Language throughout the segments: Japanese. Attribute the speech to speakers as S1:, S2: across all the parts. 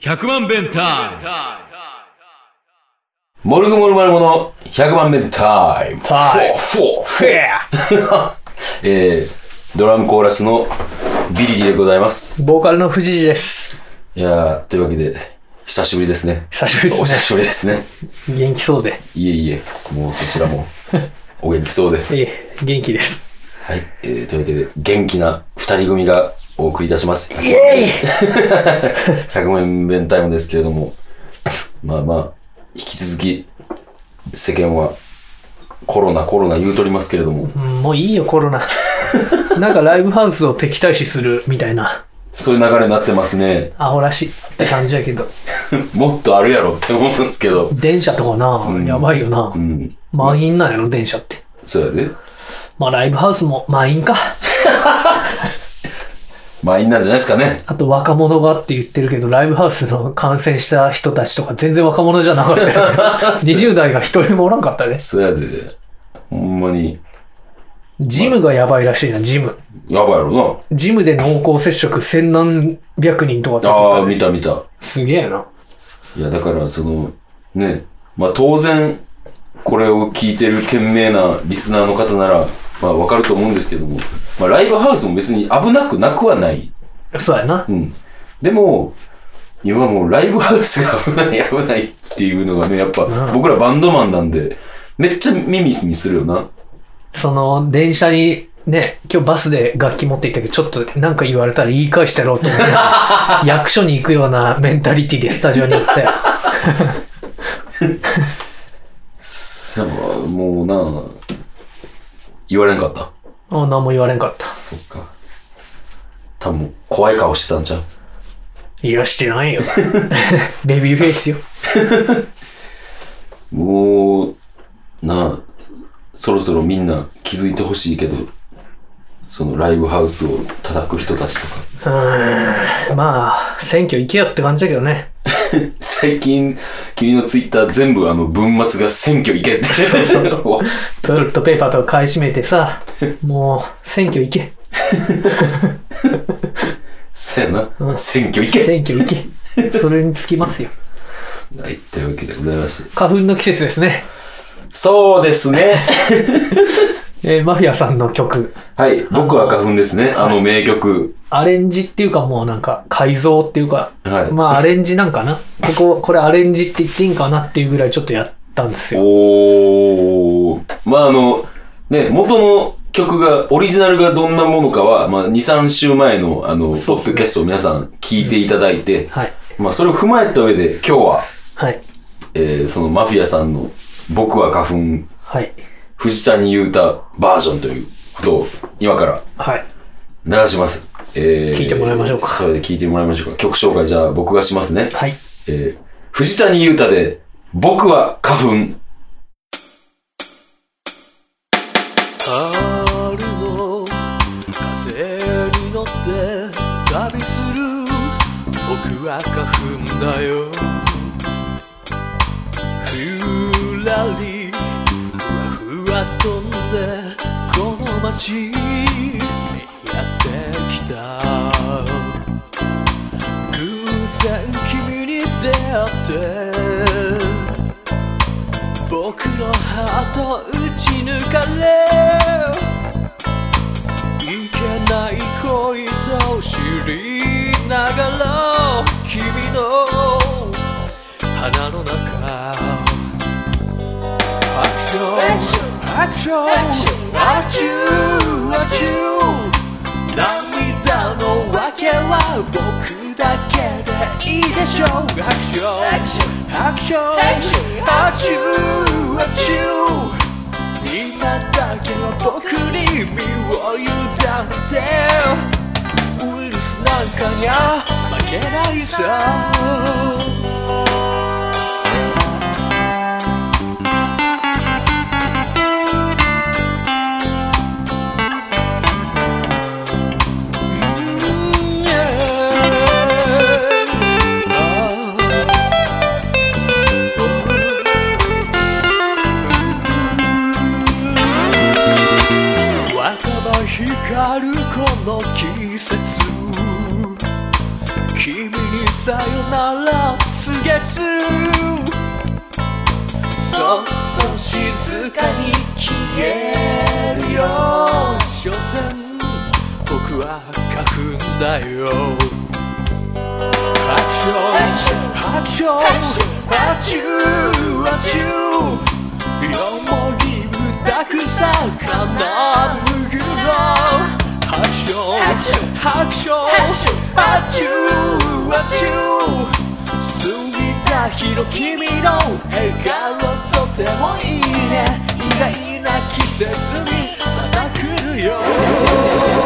S1: 100万弁タイム
S2: モルグモルマルモの100番目でタイム。
S3: タイム
S2: フォーフォー
S3: フェア
S2: えー、ドラムコーラスのビリリでございます。
S3: ボーカルの藤井です。
S2: いやー、というわけで、久しぶりですね。
S3: 久しぶり
S2: お
S3: で
S2: 久
S3: す
S2: しぶりですね。
S3: ね。元気そうで。
S2: いえいえ、もうそちら も、お元気そうで。
S3: ええ、元気です。
S2: はい、えー、というわけで、元気な二人組がお送りいたします。
S3: イェイ
S2: 100万弁タイムですけれども、 まあまあ、引き続き、世間は、コロナコロナ言うとりますけれども、
S3: うんもういいよ、コ ロナ。なんかライブハウスを敵対視するみたいな、
S2: そういう流れになってますね。
S3: アホらしいって感じやけど、
S2: もっとあるやろって思うんですけど。
S3: 電車とかな、やばいよな
S2: う。ん。
S3: 満員なんやろ、電車って。
S2: そうやで。
S3: まあライブハウスも満員か。
S2: まあ、いいんなんじゃないですかね。
S3: あと若者がって言ってるけど、ライブハウスの感染した人たちとか全然若者じゃなかったよね。20代 が一人もおらんかったね。
S2: そうやで。ほんまに、
S3: ジムがやばいらしいな、ジム。
S2: やばいやろ
S3: ジムで濃厚接触千何百人とかって
S2: な。
S3: 言って
S2: あ
S3: た
S2: あ、
S3: ね
S2: 見た見た。
S3: すげえな。
S2: いや、だから、その、ね、まあ、当然、これを聞いてる懸命なリスナーの方なら、まあ、わかると思うんですけども、まあ、ライブハウスも別に危なくなくはない。
S3: そうやな
S2: う。ん。でも、今もうライブハウスが危ない危ないっていうのがね、やっぱ、
S3: うん
S2: 僕らバンドマンなんで、めっちゃ耳にするよな。
S3: その、電車に、ね、今日バスで楽器持って行ったけど、ちょっとなんか言われたら言い返してやろうと思って、役所に行くようなメンタリティでスタジオに行ったよ。
S2: さあ、もうな、言われんかった。
S3: あ何も言われんかった。
S2: そっか。多分、怖い顔してたんちゃう
S3: いや、してないよ。 ベビーフェイスよ。
S2: もう、なあ、そろそろみんな気づいてほしいけど、そのライブハウスを叩く人たちとか。
S3: うーん。まあ、選挙行けよって感じだけどね。
S2: 最近、君のツイッター全部あの文末が選挙行けって。
S3: トイレットペーパーとか買い占めてさ、もう、選挙行け。
S2: そうやな。
S3: ん
S2: 選挙行け。
S3: 選挙行け。それにつきますよ。
S2: はい、というわけでございまして。
S3: 花粉の季節ですね。
S2: そうですね。
S3: えーマフィアさんの曲。
S2: はい、僕は花粉ですね。あの名曲。
S3: アレンジっていうかもうなんか改造っていうか、
S2: はい
S3: まあアレンジなんかな。ここ、これアレンジって言っていいんかなっていうぐらいちょっとやったんですよ。
S2: おー。まああの、ね、元の曲が、オリジナルがどんなものかは、まあ2、3週前の、あの、ポ
S3: そう
S2: ッ
S3: ですね
S2: ドキャストを皆さん聞いていただいて、
S3: はい。
S2: まあそれを踏まえた上で、今日は、
S3: はい。
S2: えーそのマフィアさんの、僕は花粉、
S3: はい。
S2: 藤ちゃんに言うたバージョンということを、今から
S3: はい。
S2: 流します。えー
S3: 聞いてもらいましょうか
S2: それで聞いてもらいましょうか。曲紹介じゃあ僕がしますね。
S3: はい。
S2: えー藤谷裕太で、僕は花粉。
S4: 春の風に乗って旅する僕は花粉だよふらりふわふわ飛んでこの街にやってきた偶然君に出会って僕のハート打ち抜かれいけない恋と知りながら君の鼻の中アクションアクションアチューアチュー涙の訳は僕だけでいいでしょうアクションアクションアクションアチューアチュー今だけは僕に身を委ねてウイルスなんかにゃ負けないさ若葉光るこの季節君にさよなら告げつそっと静かに消えるよ所詮僕は書くんだよアクションアクションアチューアチューよもぎぶたくさかなむぐろアクションアクションアチューアチュー過ぎた日の君の笑顔とてもいいね意外な季節にまた来るよ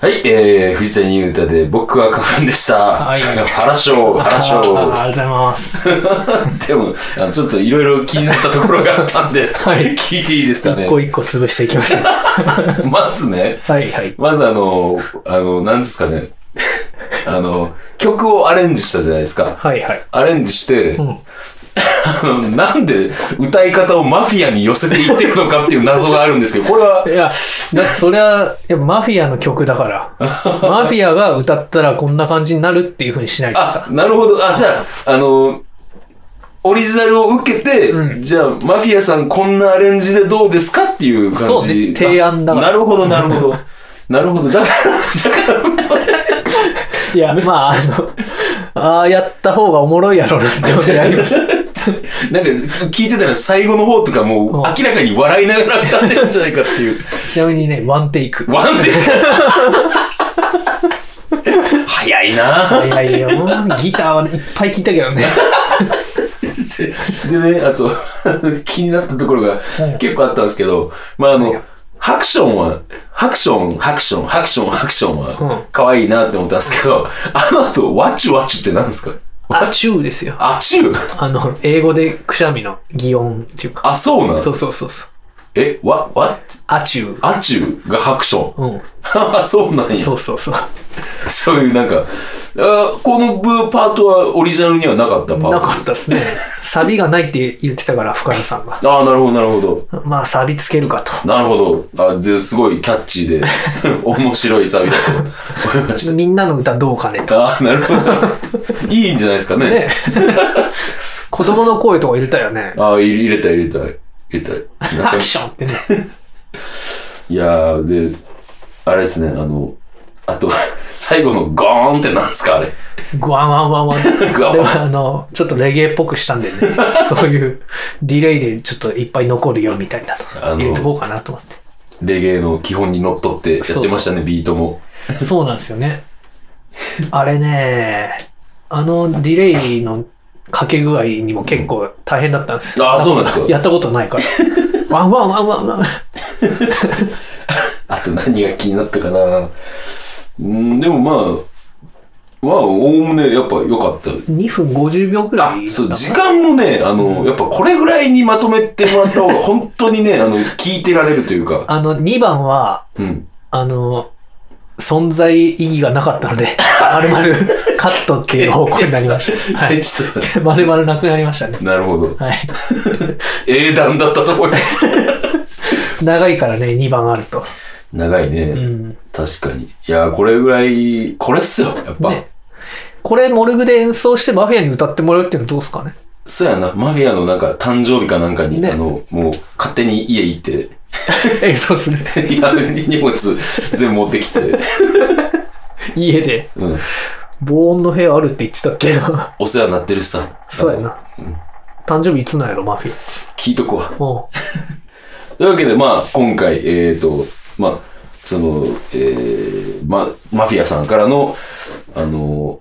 S2: はい、えー、藤谷優太で僕は花粉でした。
S3: はい
S2: 原賞、原
S3: あー
S2: 賞。
S3: ありがとうございます。
S2: でも、あのちょっといろいろ気になったところがあったんで、
S3: はい
S2: 聞いていいですかね
S3: 一。個一個潰していきましょう。
S2: まずね、
S3: はいはい。
S2: まずあの、あの、なんですかね。あの、曲をアレンジしたじゃないですか。
S3: はいはい。
S2: アレンジして、
S3: ん、
S2: あのなんで歌い方をマフィアに寄せていってるのかっていう謎があるんですけど、これはい
S3: や、だってそれは、やっぱマフィアの曲だ から。マフィアが歌ったらこんな感じになるっていう風にしないと
S2: あ
S3: さ。、
S2: なるほど。あ、じゃあ、あの、オリジナルを受けて、じゃあ、マフィアさんこんなアレンジでどうですかっていう感じ。
S3: そうね提案だから
S2: あなるほど、なる ほど。なるほど。だから、だから、
S3: いや、まあ、あの、ああやった方がおもろいやろうなってことやりました。
S2: なんか聞いてたら最後の方とかもう明らかに笑いながら歌ってるんじゃないかって いう。
S3: ちなみにね、ワンテイク。
S2: ワン で。早いない
S3: やいや、もうギターはいっぱい弾いたけどね。
S2: でね、あと、 気になったところが
S3: はい
S2: 結構あったんですけど、まああ
S3: は
S2: の
S3: い、
S2: ハクションは、ハクション、ハクション、ハクション、ハクション
S3: うん
S2: は、可愛いなって思ったんですけど、あの後、ワチュワチュって何ですか
S3: あ、チューですよ。
S2: あチュー
S3: あの、英語でくしゃみの擬音っていうか。
S2: あ、そうなの
S3: そうそうそうそう。
S2: え、わ、わ、
S3: あチュー。
S2: アチューがハクション。
S3: うん。
S2: あ、そうなんや
S3: そ。うそうそう。
S2: そういうなんか、あこの部パートはオリジナルにはなかったパート。
S3: なかったですね。サビがないって言ってたから、深谷さんが。
S2: ああ、なるほど、なるほど。
S3: まあ、サビつけるかと。
S2: なるほど。あですごいキャッチーで、 面白いサビだと思いました。
S3: みんなの歌どうかねと。
S2: ああ、なるほど。いいんじゃないですかね。
S3: ね子供の声とか入れたよ ね。
S2: ああ、入れたい入れたい。入れたい。なん
S3: ア
S2: か
S3: クションってね。
S2: いやー、で、あれですね、あの、あと、 最後のゴーンってなんですか、あれ。
S3: グワンワンワンワンって。
S2: グワン
S3: でもあの、ちょっとレゲエっぽくしたんで ね。そういうディレイでちょっといっぱい残るよみたいなの
S2: あの
S3: 入れとこうかなと思っ
S2: レゲエの基本にのっとってやってましたね、ビートも。
S3: て。そうなんですよね。あれね、あのディレイのかけ具合にも結構大変だったんですよ。
S2: あーそうなんですか
S3: やったこと ないから。ワンワンワンワンワン。
S2: あと何が気になったかな。うん、でもまあ、まあ、おおむねやっぱ良かった。
S3: 2分50秒くらいだったかな。
S2: そう、時間もね、あの、やっぱこれぐらいにまとめてもらった方が、本当にね、あの、聞いてられるというか、
S3: あの、2番は、
S2: うん。
S3: あの、存在意義がなかった ので、まるまるカットっていう方向になり ました。はい。
S2: ちょっと
S3: まるまるなくなりましたね。
S2: なるほど。
S3: はい。
S2: 英断だったと思い ます。
S3: 長いからね、2番あると。
S2: 長いね。
S3: うん。
S2: 確かに。いやー、これぐらい、これっすよ、やっぱ。
S3: ね。これ、モルグで演奏してマフィアに歌ってもらうっていうのどうで すかね。
S2: そうやな、マフィアのなんか誕生日かなんかに、
S3: ね
S2: あの、もう勝手に家行って、
S3: 演奏する。
S2: いや荷物全部持ってきて、
S3: 家で。
S2: うん。
S3: 防音の部屋あるって言ってたっけ な。
S2: お世話になってるしさ。
S3: そうや
S2: あの。
S3: な。誕生日いつなんやろ、マフィ
S2: 聞いとこう。と
S3: ア。うん。
S2: いうわけで、まあ、今回、えー、と、まあ、その、えー、まあ、マフィアさんからの、あの、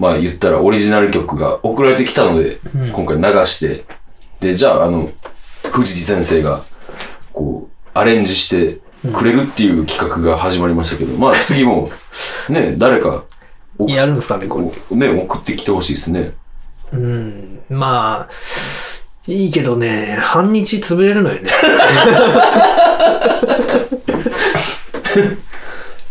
S2: まあ、言ったらオリジナル曲が送られてきたので、今回流して、で、じゃあ、あの、藤井先生が、こう、アレンジして、くれるっていう企画が始まりましたけど、まあ次も、ね、誰か、お
S3: やるんですかね、これ。
S2: ね、送ってきてほしいですね。
S3: うん。まあ、いいけどね、半日潰れるのよ ね。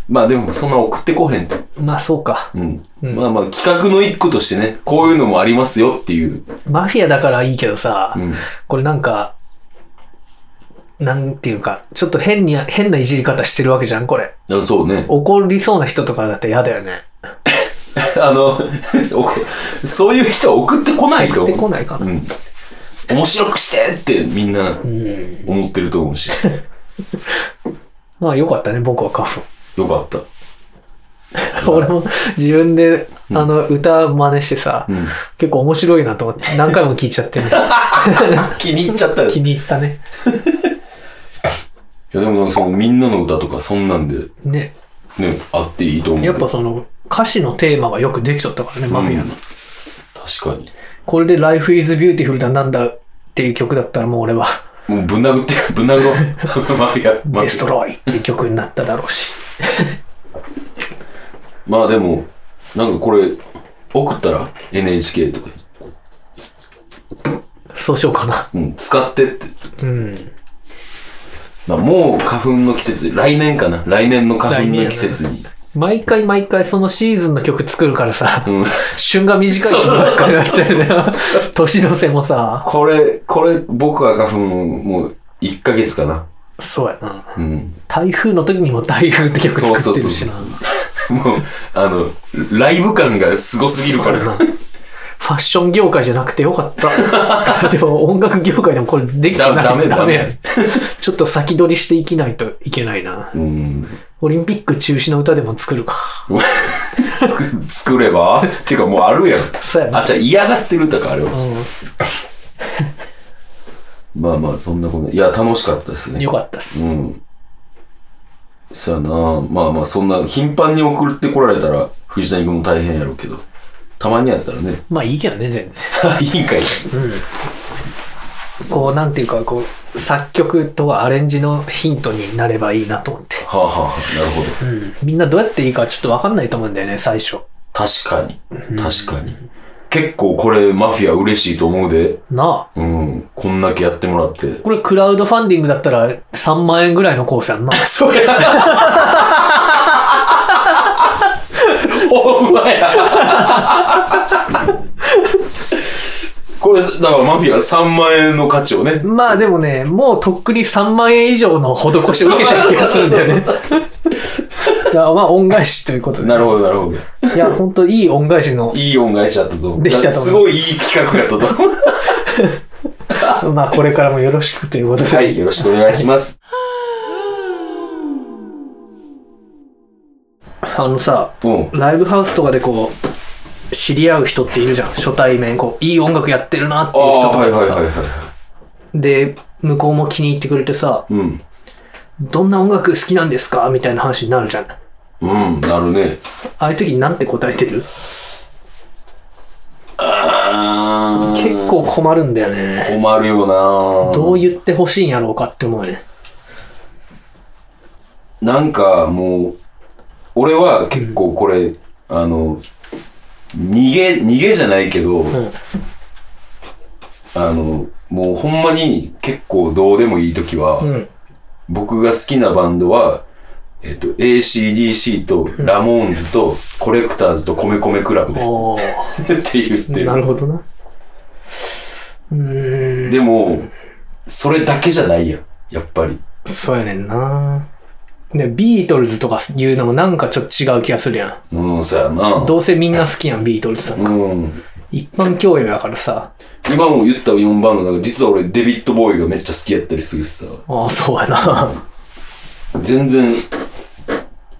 S2: まあでもそんな送ってこへんと。
S3: まあそうか。
S2: うん。
S3: うん
S2: まあまあ企画の一個としてね、こういうのもありますよっていう。
S3: マフィアだからいいけどさ、
S2: うん。
S3: これなんか、なんていうか、ちょっと変に、変ないじり方してるわけじゃん、これ。
S2: あそうね。
S3: 怒りそうな人とかだって嫌だよね。
S2: あの、おこそういう人は送ってこないと
S3: で、
S2: 思
S3: 来
S2: う。
S3: ないかな。
S2: うん。面白くしてってみんな
S3: うん。
S2: 思ってると思うし。
S3: まあよかったね、僕はカ フ。
S2: よかった。
S3: 俺も自分で、あの、歌真似してさ、
S2: ん
S3: 結構面白いなと思って、何回も聴いちゃってね、
S2: 気に入っちゃったよ。
S3: 気に入ったね。
S2: いやでもなんかそのみんなの歌とかそんなんで
S3: ね。
S2: ね、あっていいと思うけ
S3: や
S2: ど。
S3: っぱその、歌詞のテーマがよくできとったからね、マフィアの。
S2: 確かに。
S3: これで Life is Beautiful だなんだっていう曲だったらもう俺は、
S2: もうぶん殴ってく、ぶん殴ろう。マ フィア、マフ
S3: デスト
S2: ィア。
S3: ロイっていう曲になっただろうし。
S2: まあでも、なんかこれ、送ったら NHK とか、
S3: そうしようかな。
S2: うん、使ってって。
S3: うん。
S2: まあもう花粉の季節、来年かな。来年の花粉の季節に。
S3: 毎回毎回そのシーズンの曲作るからさ、
S2: うん。
S3: 旬が短い曲ばっかりになっちゃ うよね。年の瀬もさ、
S2: これ、これ、僕は花粉もう1ヶ月かな。
S3: そうやな。
S2: うん。
S3: 台風の時にも台風って曲作ってるしな。
S2: そうそうそうもう、あの、ライブ感がすごすぎるから。
S3: そうやなファッション業界じゃなくてよか った。でも音楽業界でもこれできてない。
S2: ダダメダメ
S3: やちょっと先取りしていきないといけないな。
S2: うん。
S3: オリンピック中止の歌でも作るか。
S2: 作作ればっていうかもうあるやん。
S3: そうやな。
S2: あ、じゃあ嫌がってるとかあれは。
S3: う
S2: まあまあ、そんなこと。いや、楽しかったです
S3: ん。
S2: ね
S3: よ。かったっす。
S2: うん。そやなまあまあ、そんな、頻繁に送ってこられたら、藤谷君も大変やろうけど、たまにやったらね、
S3: まあいいけどね、全然。
S2: いいんかい。
S3: こう、なんていうか、こう、作曲とかアレンジのヒントになればいいなと思って。
S2: はあはあはあ、なるほど。
S3: うん。みんなどうやっていいかちょっとわかんないと思うんだよね、最初。
S2: 確かに。確かに。結構これ、マフィア嬉しいと思うで。
S3: なあ。
S2: うん。こんだけやってもらって。
S3: これクラウドファンディングだったら3万円ぐらいのコースやんな。
S2: そりゃほんまや。これ、だからマフィア3万円の価値をね、
S3: まあでもね、もうとっくに3万円以上の施しを受けてる気がする んだよね。だからまあ恩返しということで。
S2: なるほど、なるほど。
S3: いや、本当いい恩返しの、
S2: いい恩返しだったと思う。
S3: できたと思う
S2: すごいいい企画だったと思う。
S3: まあこれからもよろしくということで。
S2: はい、よろしくお願いします。
S3: あのさ、
S2: うん。
S3: ライブハウスとかでこう、知り合う人っているじゃん。初対面、こう、いい音楽やってるなって
S2: あ
S3: いう人
S2: あ、
S3: とか
S2: はい
S3: でさ、
S2: はいはいはい。
S3: で、向こうも気に入ってくれてさ、
S2: うん。
S3: どんな音楽好きなんですかみたいな話になるじゃん。あ
S2: うん、なるね。
S3: あいう時になんて答えてる
S2: あー
S3: 結構困るんだよね。
S2: 困るよな
S3: どう言ってほしいんやろうかって思うね。
S2: なんかもう、俺は結構これ、あの、逃げ、逃げじゃないけど、
S3: ん
S2: あの、もうほんまに結構どうでもいい時は、
S3: うん。
S2: 僕が好きなバンドは、えっ、と、ACDC とラモーンズとコレクターズとコメコメクラブです
S3: おー。
S2: って言って
S3: なる
S2: る。
S3: ほどな。うーん。
S2: でも、それだけじゃないやん、やっぱり。
S3: そうやねんな。ね、ビートルズとか言うのもなんかちょっと違う気がするやん。
S2: うん、そやな。
S3: どうせみんな好きやん、ビートルズさん。
S2: うん。
S3: 一般教養やからさ。
S2: 今も言った4番の中、実は俺デビッド・ボーイがめっちゃ好きやったりするしさ。
S3: ああ、そうやな。
S2: 全然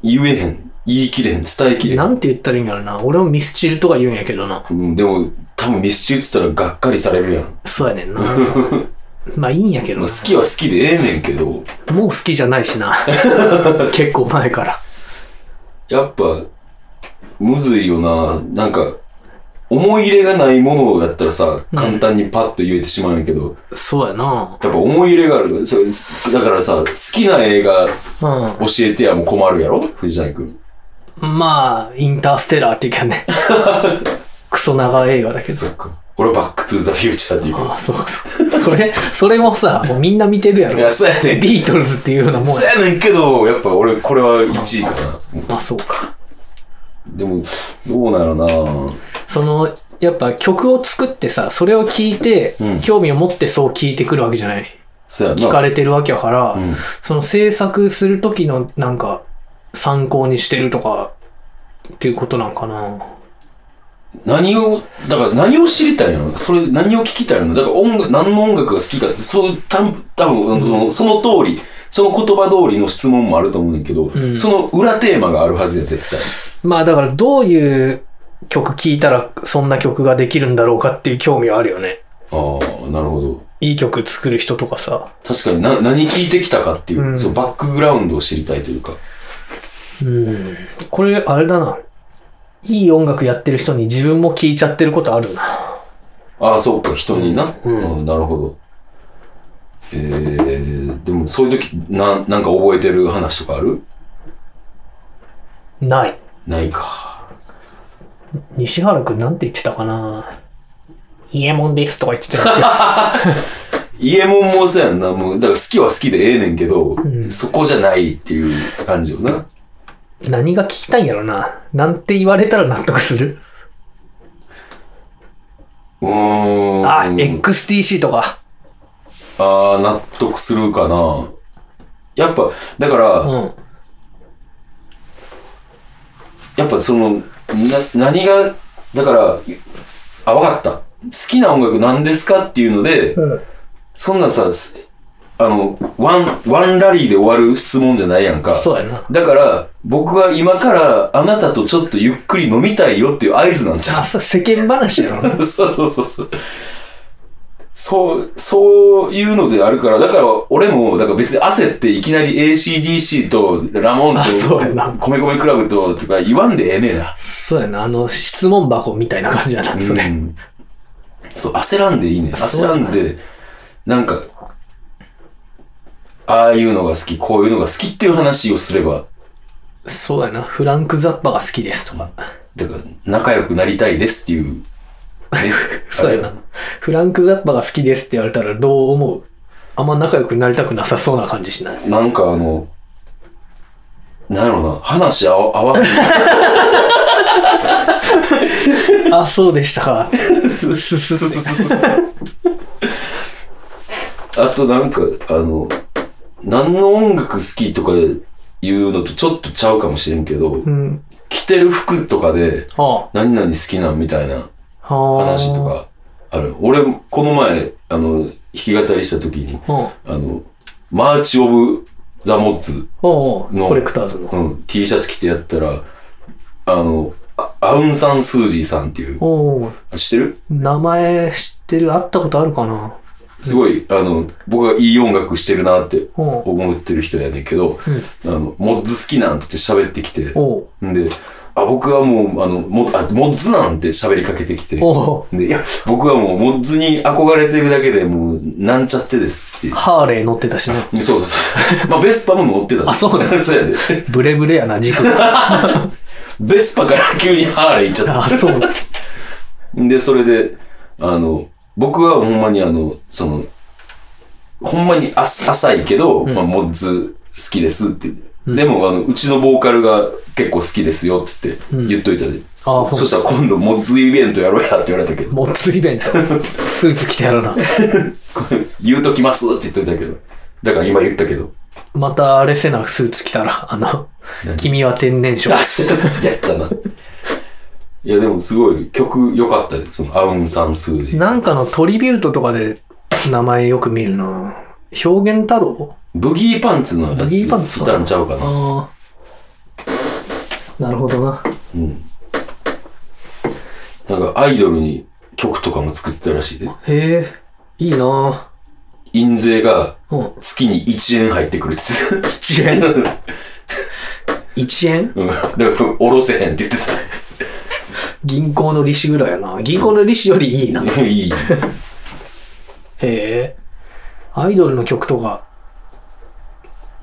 S2: 言えへん言い切れへん伝えきれへん、
S3: なんて言ったらいいんやろな。俺もミスチルとか言うんやけどな。
S2: うん、でも多分ミスチルっつったらがっかりされるやん、
S3: そうやねん な。まあいいんやけど
S2: まあ、
S3: な。
S2: 好きは好きでええねんけど
S3: もう好きじゃないし な。結構前から。
S2: やっぱむずいよななんか思い入れがないものだったらさ、簡単にパッと言えてしまうんやけど、
S3: そうやな
S2: やっぱ思い入れがある。そうだからさ、好きな映画教えてやもう困るやろ藤谷君。
S3: うん。まあ、インターステラーっていう かね。クソ長い映画だけど。
S2: そっか。俺バックトゥーザフューチャーっていう
S3: あ
S2: か。
S3: あ、そうそう。それ、それもさ、もうみんな見てるや
S2: いや、
S3: ろ。
S2: そうやねん。
S3: ビートルズっていうようなもん
S2: そう
S3: や。
S2: やねんけど、やっぱ俺これは1位かな。
S3: まあそうか。
S2: でも、どうなるな
S3: その、やっぱ曲を作ってさ、それを聞いて、
S2: うん
S3: 興味を持ってそう聞いてくるわけじゃない。
S2: そうやな。
S3: 聞かれてるわけやから、
S2: うん
S3: その制作する時のなんか、参考にしてるとか、っていうことなんかな。
S2: 何を、だから何を知りたいのそれ、何を聞きたいのだから音楽、何の音楽が好きかって、そう、たぶん、多分その、その通り、その言葉通りの質問もあると思うねんだけど、
S3: ん
S2: その裏テーマがあるはずや、絶対。
S3: まあだからどういう曲聴いたらそんな曲ができるんだろうかっていう興味はあるよね。
S2: ああ、なるほど。
S3: いい曲作る人とかさ。
S2: 確かにな、何聞いてきたかっていう、
S3: うん
S2: そのバックグラウンドを知りたいというか。
S3: うん。これあれだな。いい音楽やってる人に自分も聴いちゃってることあるな。
S2: ああ、そうか、人にな。
S3: うん
S2: ああなるほど。えー、でもそういう時、な、なんか覚えてる話とかある
S3: ない。
S2: ないか。
S3: 西原くんなんて言ってたかな。イエモンですとか言ってたや
S2: 家もんもそうやんな。もう、だから好きは好きでええねんけど、そこじゃないっていう感じよな。
S3: つ何が聞きたいんやろな。なんて言われたら納得する。
S2: うーん。
S3: あ、XTC とか。
S2: あー納得するかな。やっぱ、だから、
S3: うん。
S2: やっぱその、な、何が、だから、あ、わかった。好きな音楽何ですかっていうので、
S3: うん。
S2: そんなさ、すあの、ワン、ワンラリーで終わる質問じゃないやんか。
S3: そうやな。
S2: だから、僕は今からあなたとちょっとゆっくり飲みたいよっていう合図なんちゃう
S3: あ、そう、世間話やろな。
S2: そうそうそうそう。そう、そういうのであるから、だから俺も、だから別に焦っていきなり ACDC とラモー
S3: あ
S2: ン
S3: そうやな
S2: とコメコメクラブととか言わんでええねえな。
S3: そうやな。あの、質問箱みたいな感じやな、それ。
S2: うんそう、焦らんでいいね。
S3: そ
S2: 焦
S3: う
S2: らんで、なんか、ああいうのが好き、こういうのが好きっていう話をすれば、
S3: そうやな。フランク・ザッパが好きですとか。
S2: だから仲良くなりたいですっていう、ね
S3: そうやな。フランク・ザッパが好きですって言われたらどう思うあんま仲良くなりたくなさそうな感じしない。
S2: なんかあの、なんやろな、話あわ、合わん
S3: あ、そうでした か。すすす
S2: そうそうそうそうあとなんか、あの、何の音楽好きとかいうのとちょっとちゃうかもしれんけど
S3: う、ん。
S2: 着てる服とかで
S3: は
S2: 何々好きなんみたいな
S3: あ。はあ。
S2: 話とかある。俺、この前、あの、弾き語りした時に、
S3: うん。
S2: あの、マーチ・オブ・ザ・モッツ
S3: おうおう
S2: の
S3: コレクターズの。
S2: うん、T シャツ着てやったら、あの、あアウン・サン・スージーさんっていう、
S3: おうおう
S2: あ知ってる
S3: 名前知ってる会ったことあるかな
S2: すごい、あの、僕がいい音楽してるなって
S3: おう
S2: 思ってる人やねんけど、
S3: うん
S2: あの、モッズ好きなんって喋ってきて、
S3: おうん
S2: で、あ、僕はもう、あの、もあモッズなんて喋りかけてきて、
S3: おう
S2: で、いや、僕はもう、モッズに憧れてるだけでもう、なんちゃってですっつって。
S3: ハーレー乗ってたしな。
S2: そうそうそう。まあ、ベスパも乗ってた。
S3: あそうな ん
S2: そうやで。
S3: ブレブレやな、 軸が。
S2: ベスパから急にハーレー行っちゃった。
S3: あ、そう。
S2: で、それで、あの、僕はほんまにあの、その、ほんまにあ浅いけど、まあ、モッズ好きですって。でも、あの、うちのボーカルが結構好きですよって言って、言っといたで。
S3: あほん
S2: そしたら今度モッズイベントやろうやって言われたけど、
S3: モッツイベント。スーツ着てやるな。
S2: 言うときますって言っといたけど。だから今言ったけど。
S3: またあれせなスーツ着たら、あ の、君は天然色
S2: あ、。そうやったな。いや、でもすごい曲良かったで、そのアウンサンスージーさん。
S3: なんかのトリビュートとかで名前よく見るな表現太郎
S2: ブギーパンツのやつ、
S3: ブギーパンツ
S2: いたんちゃうかな。
S3: ああ。なるほどな。
S2: うん。なんかアイドルに曲とかも作ったらしいで。
S3: へえ、いいな
S2: 印税が
S3: うん。
S2: 月に1円入ってくるって言って
S3: 1円
S2: た。
S3: ?1 円
S2: うん。だから、おろせへんって言ってた。
S3: 銀行の利子ぐらいやな。銀行の利子よりいいな。へ
S2: いい。
S3: え。アイドルの曲とか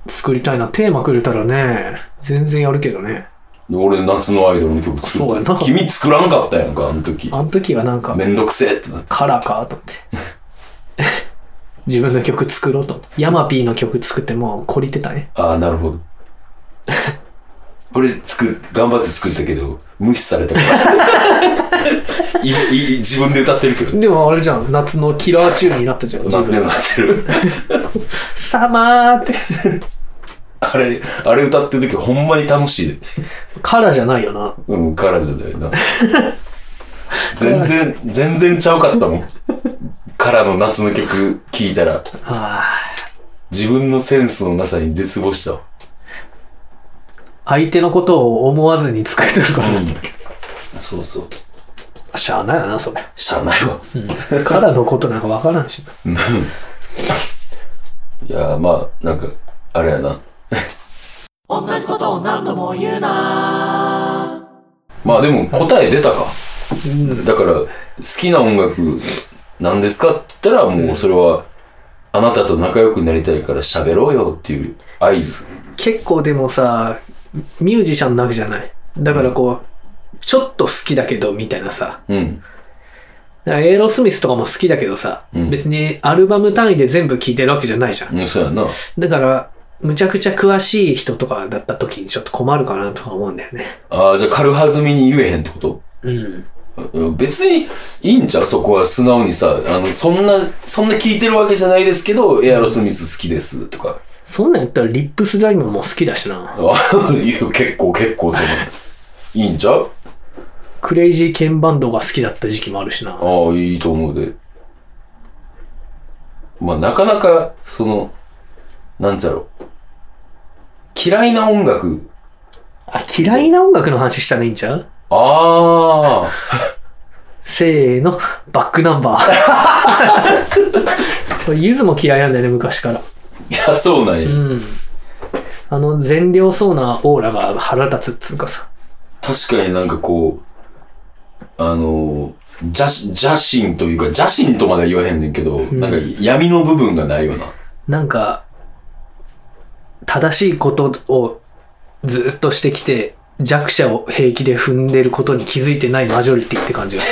S3: 作りたいな。テーマくれたらね、全然やるけどね。
S2: 俺、夏のアイドルの曲作
S3: そうやな
S2: 君作らんかったやんか、あの時。
S3: あの時はなんか、
S2: めんどくせえってなって。
S3: カラーかと思って。自分の曲作ろうと思って。ヤマピーの曲作ってもう懲りてたね。
S2: ああ、なるほど。 俺、作っ、頑張って作ったけど、無視され たから。いい自分で歌ってるけど。
S3: でもあれじゃん、夏のキラーチューンになったじゃん。
S2: 歌ってる、歌って る。
S3: サマーって。
S2: あれ、あれ歌ってる時ほんまに楽しい。
S3: カラーじゃないよな。
S2: うん、からじゃないな。全然、全然ちゃうかったもん。からの夏の曲聴いたら、
S3: あ
S2: 自分のセンスのなさに絶望したわ。
S3: あ相手のことを思わずに作ってるから。
S2: そうそう。
S3: しゃあないよな、それ。
S2: しゃあないわ。
S3: カラーのことなんかわからんしな。
S2: いやー、まあ、なんか、あれやな。同じことを何度も言うなまあでも答え出たか。だから、好きな音楽なんですかって言ったら、もうそれは、あなたと仲良くなりたいから喋ろうよっていう合図。
S3: 結構でもさ、ミュージシャンなわけじゃない。だからこう、ちょっと好きだけど、みたいなさ。
S2: うん。
S3: だからエーロスミスとかも好きだけどさ、
S2: うん
S3: 別にアルバム単位で全部聴いてるわけじゃないじゃん。
S2: うんそうやな。
S3: だから、むちゃくちゃ詳しい人とかだった時にちょっと困るかなとか思うんだよね。
S2: ああ、じゃあ軽はずみに言えへんってこと
S3: うん。
S2: うん別にいいんちゃうそこは素直にさ、あの、そんな、そんな聞いてるわけじゃないですけど、エアロスミス好きですとか。
S3: そんなんやったらリップスライムも好きだしな。
S2: あ いや結構結構でも。いいんちゃう
S3: クレイジーケンバンドが好きだった時期もあるしな。
S2: ああ、いいと思うで。まあ、なかなか、その、なんちゃろう。嫌いな音楽。
S3: あ、嫌いな音楽の話したらいいんちゃう
S2: あ
S3: せーの、バックナンバー。 これ、ゆずも嫌いなんだよね、昔から。
S2: あ。いや、そうなんや。
S3: うん。あの、善良そうなオーラが腹立つっつうかさ。
S2: 確かになんかこう、あのー、邪邪神というか、邪神とまでは言わへんねんけど、なんか闇の部分がないよな。
S3: なんか、正しいことをずっとしてきて、弱者を平気で踏んでることに気づいてないマジョリティって感じが。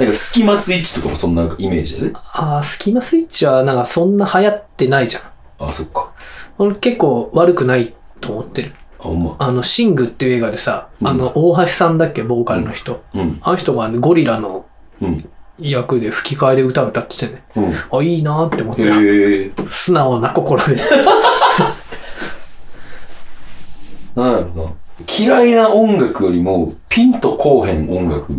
S2: なんかスキマスイッチとかもそんなイメージやね。
S3: あー、スキマスイッチはなんかそんな流行ってないじゃん。
S2: あ、そっか。
S3: 俺結構悪くないと思ってる。
S2: あ、ほんま。
S3: あの、シングっていう映画でさ、あの、大橋さんだっけ、ボーカルの人。
S2: うん、
S3: あの人がねゴリラの
S2: うん、
S3: 役で吹き替えで歌を歌っててね。
S2: うん。
S3: あ、いいなって思ってる。
S2: へえ。
S3: 素直な心 で。
S2: なんやろな。嫌いな音楽よりも、ピンとこうへん音楽っ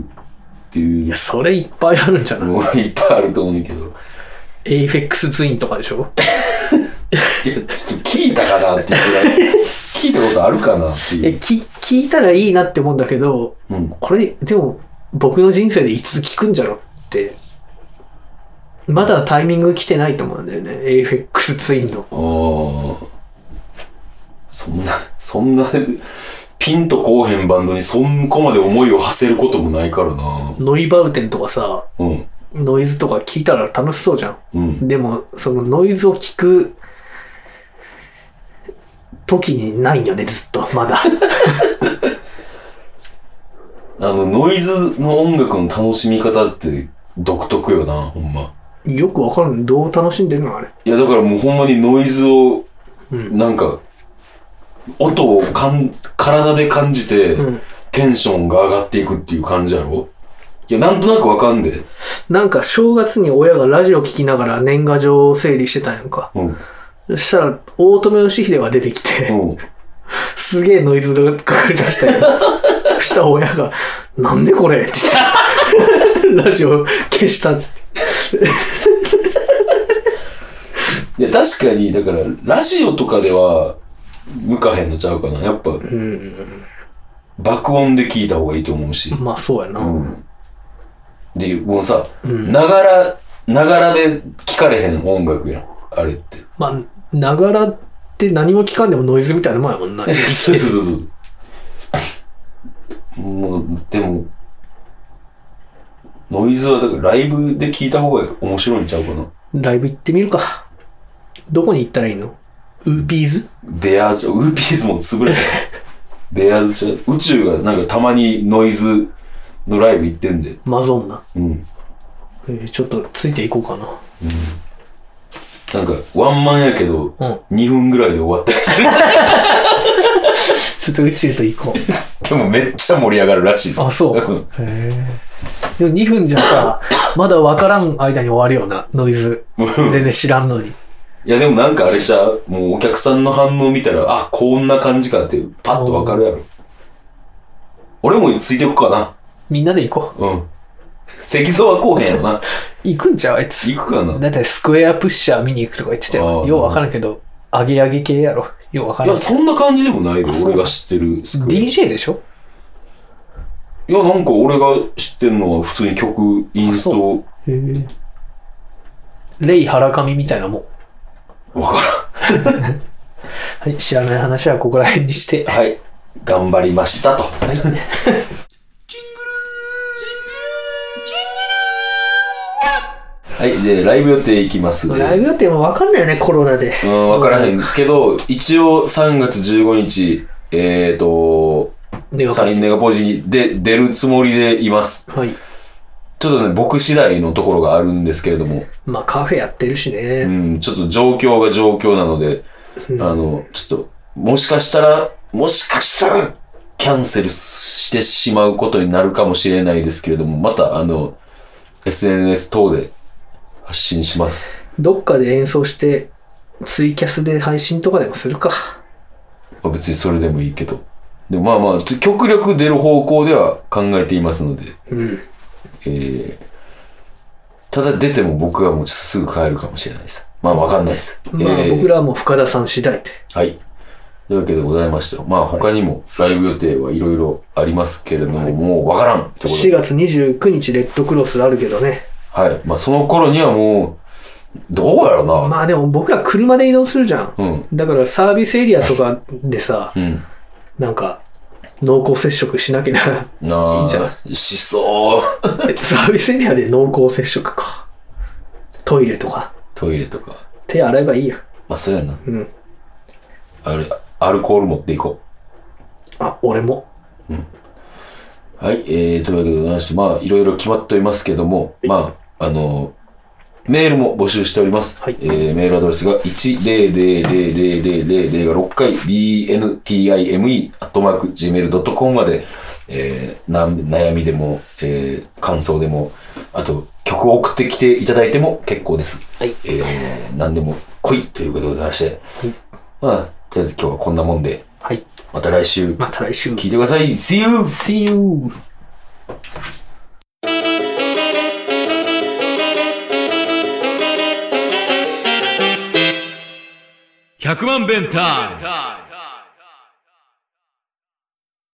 S2: てい
S3: いうや、それいっぱいあるんじゃない
S2: のがいっぱいあると思うけど。
S3: エイフェックスツインとかでしょ
S2: いやちょっと聞いたかなっていうぐらい。聞いたことあるかなって
S3: いや
S2: いう。
S3: き聞いたらいいなって思うんだけど、
S2: うん。
S3: これ、でも、僕の人生でいつ聞くんじゃろって。まだタイミング来てないと思うんだよね。エイフェックスツインの。
S2: ああ。そんな、 そんな、ピンとこうへんバンドにそんこまで思いを馳せることもないからな。
S3: ノイバウテンとかさ、
S2: うん。
S3: ノイズとか聞いたら楽しそうじゃん。
S2: うん。
S3: でも、そのノイズを聞く時にないよね、ずっと、まだ。
S2: あの、ノイズの音楽の楽しみ方って独特よな、ほんま。
S3: よくわかるどう楽しんでるのあれ。
S2: いや、だからもうほんまにノイズを、
S3: うん
S2: なんか、音をかん体で感じて、
S3: うん。
S2: テンションが上がっていくっていう感じやろいや、なんとなくわかんで。
S3: なんか正月に親がラジオ聞きながら年賀状を整理してたんやんか。
S2: うん。
S3: そしたら、大友義秀が出てきて、
S2: うん。
S3: すげえノイズがかかりだしたよ。 そしたら親が、なんでこれって言って、ラジオ消したって。
S2: いや、確かに、だから、ラジオとかでは、向かへんのちゃうかな。やっぱ、
S3: うん。
S2: 爆音で聞いた方がいいと思うし。
S3: まあそうやな。
S2: うん。で、もうさ、ながら、ながらで聞かれへん音楽やん。あれって。
S3: まあ、ながら って何も聞かんでもノイズみたいなもんやもんな。
S2: そうそうそうそう。もう、でも、ノイズはだからライブで聞いた方が面白いんちゃうかな。
S3: ライブ行ってみるか。どこに行ったらいいのウーピーズ
S2: ベアーズ、ウーピーズも潰 れた。ベアーズ社、宇宙がなんかたまにノイズのライブ行ってんで。
S3: マゾンナ。
S2: うん。
S3: えーちょっとついていこうかな。
S2: なんか、ワンマンやけど、
S3: うん。
S2: 2分ぐらいで終わったりして る。
S3: ちょっと宇宙と行 こう。
S2: でもめっちゃ盛り上がるらしい。
S3: あ、そう。
S2: ん
S3: へえ。でも2分じゃさ、まだ分からん間に終わるようなノイズ。全然知らんのに。
S2: いやでもなんかあれじゃう、もうお客さんの反応見たら、あ、こんな感じかって、パッとわかるやろ。俺もついていくかな。
S3: みんなで行こ
S2: うん。石像はこうへんやろな。
S3: う。行くんちゃうあいつ。
S2: 行くかな。
S3: だってスクエアプッシャー見に行くとか言ってたよ
S2: あ。ー
S3: よう分からんけど、アゲアゲ系やろ。よう分か
S2: い
S3: ら
S2: や、
S3: ん。
S2: そんな感じでもないよ
S3: あ、そう
S2: 俺が知ってるスクエア。
S3: DJ でしょ
S2: いや、なんか俺が知ってるのは普通に曲、インスト、
S3: へえ。レイ・ハラカミみたいなもん。
S2: わか
S3: はい、知らない話はここら辺にして。
S2: らん。はい。頑張りましたと。 はい、で、ライブ予定いきます。
S3: ライブ予定も分かんないよね、コロナで。
S2: うん、わからへんけど、一応3月15日、えーと、
S3: ね
S2: サインネガポジで出るつもりでいます。
S3: はい。
S2: ちょっとね、僕次第のところがあるんですけれども、
S3: まあカフェやってるし
S2: う
S3: ね。
S2: ん、ちょっと状況が状況なので、あの、ちょっと、もしかしたら、もしかしたら、キャンセルしてしまうことになるかもしれないですけれども、また、あの、SNS 等で発信します。
S3: どっかで演奏して、ツイキャスで配信とかでもするか。
S2: まあ別にそれでもいいけど。でもまあまあ、ちょ極力出る方向では考えていますので、
S3: うん。
S2: えー、ただ出ても僕はもうすぐ帰るかもしれないです。まあわかんないです。
S3: まあ
S2: えー
S3: 僕らも深田さん次第で。
S2: はい。というわけでございまして、まあ他にもライブ予定はいろいろありますけれども、もうわからんってこと
S3: 4
S2: で。
S3: 月29日レッドクロスあるけどね。
S2: はい。まあその頃にはもう、どうやろうな。
S3: まあでも僕ら車で移動するじゃん。
S2: うん。
S3: だからサービスエリアとかでさ
S2: う、ん。
S3: なんか、濃厚接触しなきゃ な。
S2: なあ、
S3: いいんじゃな
S2: しそう。
S3: サービスエリアで濃厚接触か。トイレとか。
S2: トイレとか。
S3: 手洗えばいいや。
S2: まあそうやな。
S3: うん。
S2: あれ、アルコール持っていこう。
S3: あ、俺も。
S2: はい、えー、というわけでございまして、まあ、いろいろ決まっておりますけども、まあ、あの、メールも募集しております。
S3: はい
S2: えーメールアドレスが1000000が6回 bntime.gmail.com まで、えーな、悩みでも、えー感想でも、あと、曲を送ってきていただいても結構です。
S3: はい。
S2: えー、何でも来いということでございまして、まあ、とりあえず今日はこんなもんで、
S3: はい。
S2: また来週、
S3: また来週。
S2: 聞いてください。See you!
S3: See you!
S1: !100 万弁タイム